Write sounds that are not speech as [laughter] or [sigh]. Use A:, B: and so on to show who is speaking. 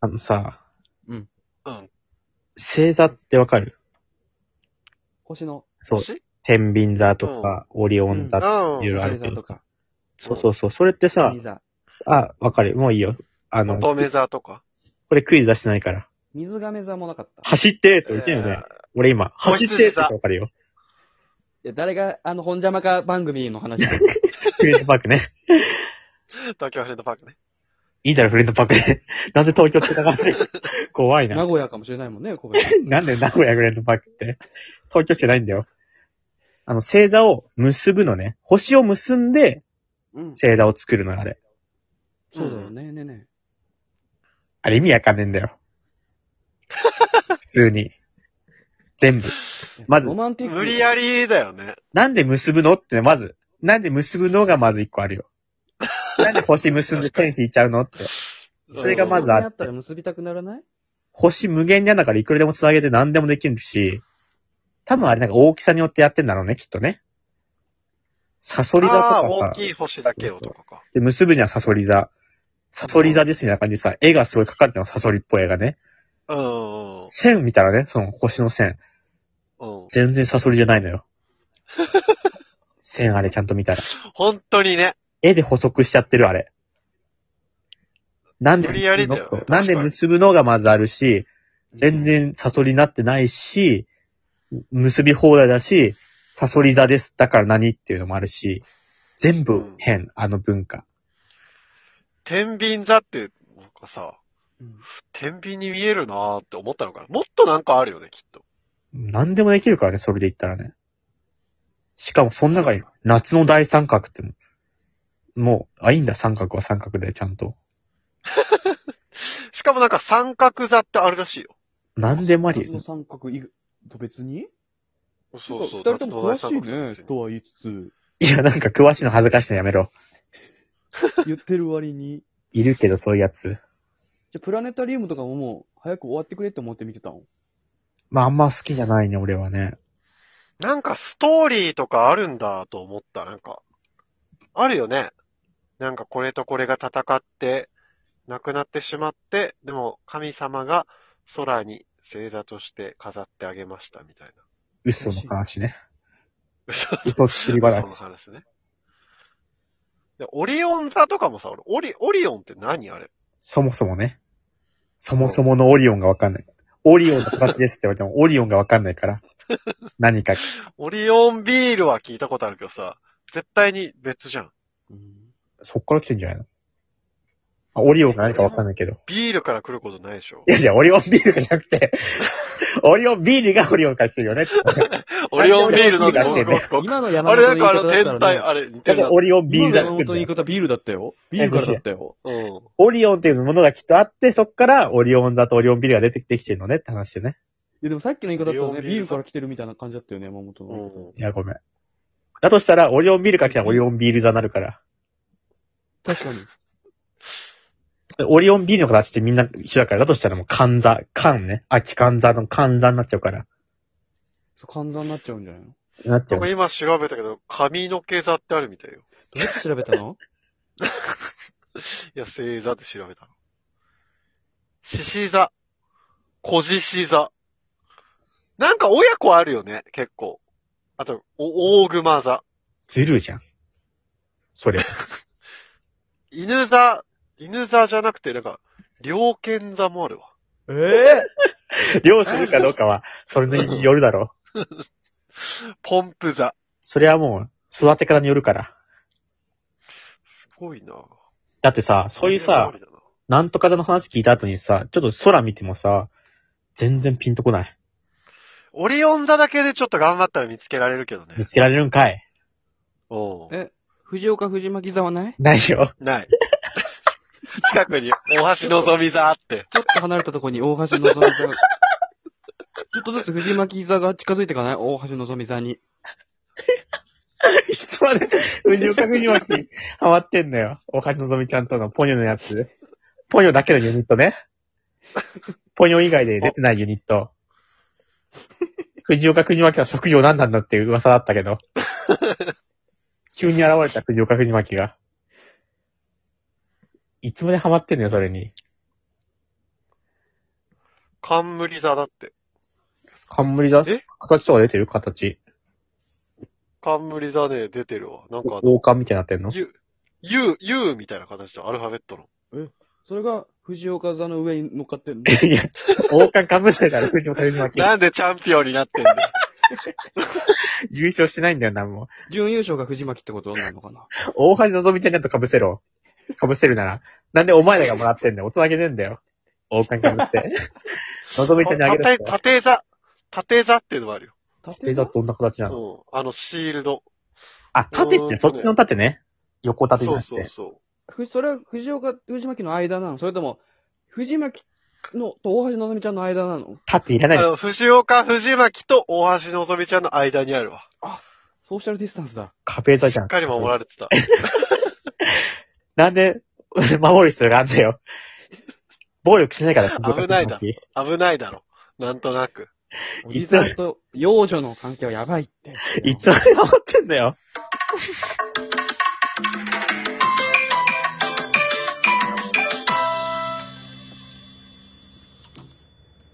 A: あのさ、
B: うん。
A: 星座ってわかる
C: 星の
A: そう。
B: 星
A: 天秤座とか、オリオン座とか、
B: あ
A: いろいろあ
C: 星
A: るけ
C: 座
A: ど
C: と。か、
A: そうそうそう。それってさ
C: ミ、座。
A: あ、わかる。もういいよ。あ
B: あ、
A: の、
B: 乙
A: こ
B: 女座とか。
A: れクイズ出してないから。
C: 水亀座もなかった。い
A: 走ってと言ってんよね。俺今、
B: 子
A: 走
B: 羊
A: っ
B: 座
A: てってわかるよ。
C: や、誰が、あの、本邪魔か番組の話
A: [laughs]
C: で。
A: フレンドパークね。
B: えー東京フレンドパークね。
A: いいだろ、フレンドパークね。 [laughs] なぜ東京って高
B: [laughs]
A: い怖い
C: 名
A: な。
C: 古屋かもしれないもんね、神
A: [laughs]
C: 戸。
A: なんで名古屋フレンドパークって。東京してないんだよ。あの、星座を結ぶのね。星を結んで、
C: うん。
A: 星座を作るのよあれ。
C: そうだよね、ねえね
A: あれ意味わかんねえんだよ。普通に。全部。
C: え。
A: まず
C: ロマンティック。
B: 無理や。りだよね。
A: なんで結ぶのってね、まず。なんで結ぶのがまず一個あるよ。なんで星結んで天引いちゃうのって。それがまずあって
C: あったら結びたくならない
A: 星無限にあるんだからいくらでも繋げて何でもできるし、多分あれなんか大きさによってやってんだろうね、きっとね。サソリ座と
B: ああー、
A: か
B: 大
A: さ、
B: きい星だけをとかか。
A: で結ぶじゃん、サソリ座。サソリ座ですみたいな感じでさ、絵がすごい描かれてるの、サソリっぽい絵がね。
B: うん
A: 線見たらね、その星の線。
B: うん。うん。
A: 全然サソリじゃないのよ。線あれちゃんと見たら。
B: 本当にね。
A: 絵で補足しちゃってる、あれ。なんで
B: 無理やりだよね
A: そう
B: 確か
A: なん
B: に
A: で結ぶのがまずあるし、全然サソリになってないし、結び放題だし、サソリ座です。だから何っていうのもあるし、全
B: う
A: 部
B: ん
A: 変、あの文化。
B: 天秤座って、なんかさ、
C: うん。
B: 天秤に見えるなーって思ったのかな。もっとなんかあるよね、きっと。
A: 何でもできるからね、それで言ったらね。しかも、その中に、夏の大三角っても、もう、あ、いいんだ、三角は三角で、ちゃんと。
B: しかもなんか三角座ってあるらしいよ。
A: 何でもあり
C: 夏の三角以外と別に
B: そうそう。
C: なんか二人とも詳
B: 夏
C: し
B: の大三角
C: いね、とは言いつつ、
A: [laughs] いや、なんか詳しいの恥ずかしいのやめろ。
C: 言ってる割に。
A: いるけど、そういうやつ。
C: じゃ、プラネタリウムとかももう、早く終わってくれって思って見てたの
A: まあ、あんま好きじゃないね、俺はね。
B: なんかストーリーとかあるんだと思った、なんか。あるよね。なんかこれとこれが戦って、亡くなってしまって、でも神様が空に星座として飾ってあげましたみたいな。
A: 嘘の話ね。
B: 嘘
A: 嘘作り
B: そ
A: 話。
B: の話ね。でオリオン座とかもさ、俺、オリ、オリオンって何あれ
A: そもそもね。そもそものオリオンがわかんない。オリオンの形ですって言われても、オリオンがわかんないから。何か。
B: オリオンビールは聞いたことあるけどさ、絶対に別じゃん。
C: うん。
A: そっから来てんじゃないのあオリオンが何かわかんないけど。
B: ビールから来ることないでしょ
A: い。やいや、オリオンビールがじゃなくて、 [laughs] オリオンビールがオリオンから来てるよね。
B: オリオンビール飲んで
A: オリオンビールだね
B: ごくごくごく
C: 今の山
B: あ
C: 本
B: れ
C: の
B: なん
C: 言い
B: か
C: 方
B: あの
C: だっ
B: 天
C: たら
B: 体、
C: ね。
B: あれ似
A: だ
B: て
A: っ
B: る
A: て
B: な。
A: [laughs] オリオンビー
C: 今
A: ル
C: の
A: が来るん
C: 山本
A: だ
C: の言い
A: よ
C: 方ビールだったよ。ビールからだったよ。
B: うん。
A: オリオンっていうものがきっとあって、そっからオリオン座とオリオンビールが出てきてきてるのねって話よね。
C: いや、でもさっきの言い方だと
B: オリオンビ
C: ね、
B: ール
C: ビールから来てるみたいな感じだったよね、山本の言い方。
B: う
A: い
B: ん
A: や、ごめん。だとしたら、オリオンビールから来たらオリオンビール座になるから。
C: 確かに。
A: オリオンビールの形ってみんな一緒だから、だとしたらもう寒座、寒ね。秋寒座の寒座になっちゃうから。
C: そう、換算になっちゃうんじゃないのど
A: なっちゃ
B: なん
A: う
B: か。今調べたけど、髪の毛座ってあるみたいよ。
C: うやって調べたの
B: いや、星座って調べたの。獅子座。小獅子座。なんか親子あるよね、結構。あと、お、大熊座。
A: ずるいじゃん。それ。
B: 犬座、犬座じゃなくて、なんか、猟犬座もあるわ。
C: ええ
A: [laughs] 漁するかどうかは、それによるだろう。
B: ポンプ座。
A: それはもう、育て方によるから。
B: すごいな
A: だってさ、そういうさ
B: あ、りだな
A: なんとか座の話聞いた後にさ、ちょっと空見てもさ、全然ピンとこない。
B: オリオン座だけでちょっと頑張ったら見つけられるけどね
A: [laughs] 見。つけられるんかい
B: おう
C: え藤岡藤巻座はない
A: ない [laughs] よ。
B: ない。 [laughs] 近くに、大橋のぞみ座あって。
C: ちょっと離れたとこに大橋のぞみ座 [laughs] が。ちょっとずつ藤巻座が近づいてかない大橋のぞみ座に。
A: いつまで、藤岡国巻にハマってんのよ。おはしのぞみちゃんとのポニョのやつ。ポニョだけのユニットね。ポニョ以外で出てないユニット。藤岡国巻は職業何なんだっていう噂だったけど。急に現れた藤岡国巻が。いつまでハマってんのよ、それに。
B: 冠座だって。
A: 冠だ
B: え
A: 形とか出てる形。
B: 冠座ね、出てるわ。なんか、
A: 王冠みたいになってんの
B: U、U、U みたいな形だ、アルファベットの。
C: それが、藤岡座の上に乗っかってんの。
A: いや、王冠かぶってたら藤岡 [laughs] 藤巻。
B: なんでチャンピオンになってんだよ。
A: 優勝してないんだよな、も
C: 準優勝が藤巻ってことになるのかな。
A: う。大橋のぞみちゃんにやっとかぶせろ。かぶせるなら。なんでお前らがもらってんだよ。大人げねえんだよ。王冠かぶ
B: [laughs]
A: って。のぞみちゃんにあげる
B: 縦、
A: って。
B: 縦座。縦座っていうのもあるよ。
A: 縦だとどんな形なの
B: うん。あの、シールド。
A: あ、縦って、そっちの縦ね。横縦じゃ
B: そ
A: な
B: う
A: く
B: そう
A: て。
B: そう。
C: ふそれは藤岡、藤巻の間なのそれとも、藤巻のと大橋のぞみちゃんの間なの
A: 縦いら
B: あ
A: ない。
B: の、藤岡藤巻と大橋のぞみちゃんの間にあるわ。
C: ソーシャルディスタンスだ。
A: 壁座
B: し
A: じゃん
B: っ。かり守られてた。
A: なんで、 [laughs] 守る必要があんだよ。暴力しないから、
B: 危ないだ危ないだろ。なんとなく。
C: おじさんと幼女の関係はやばいって。
A: いつまで守ってんだよ。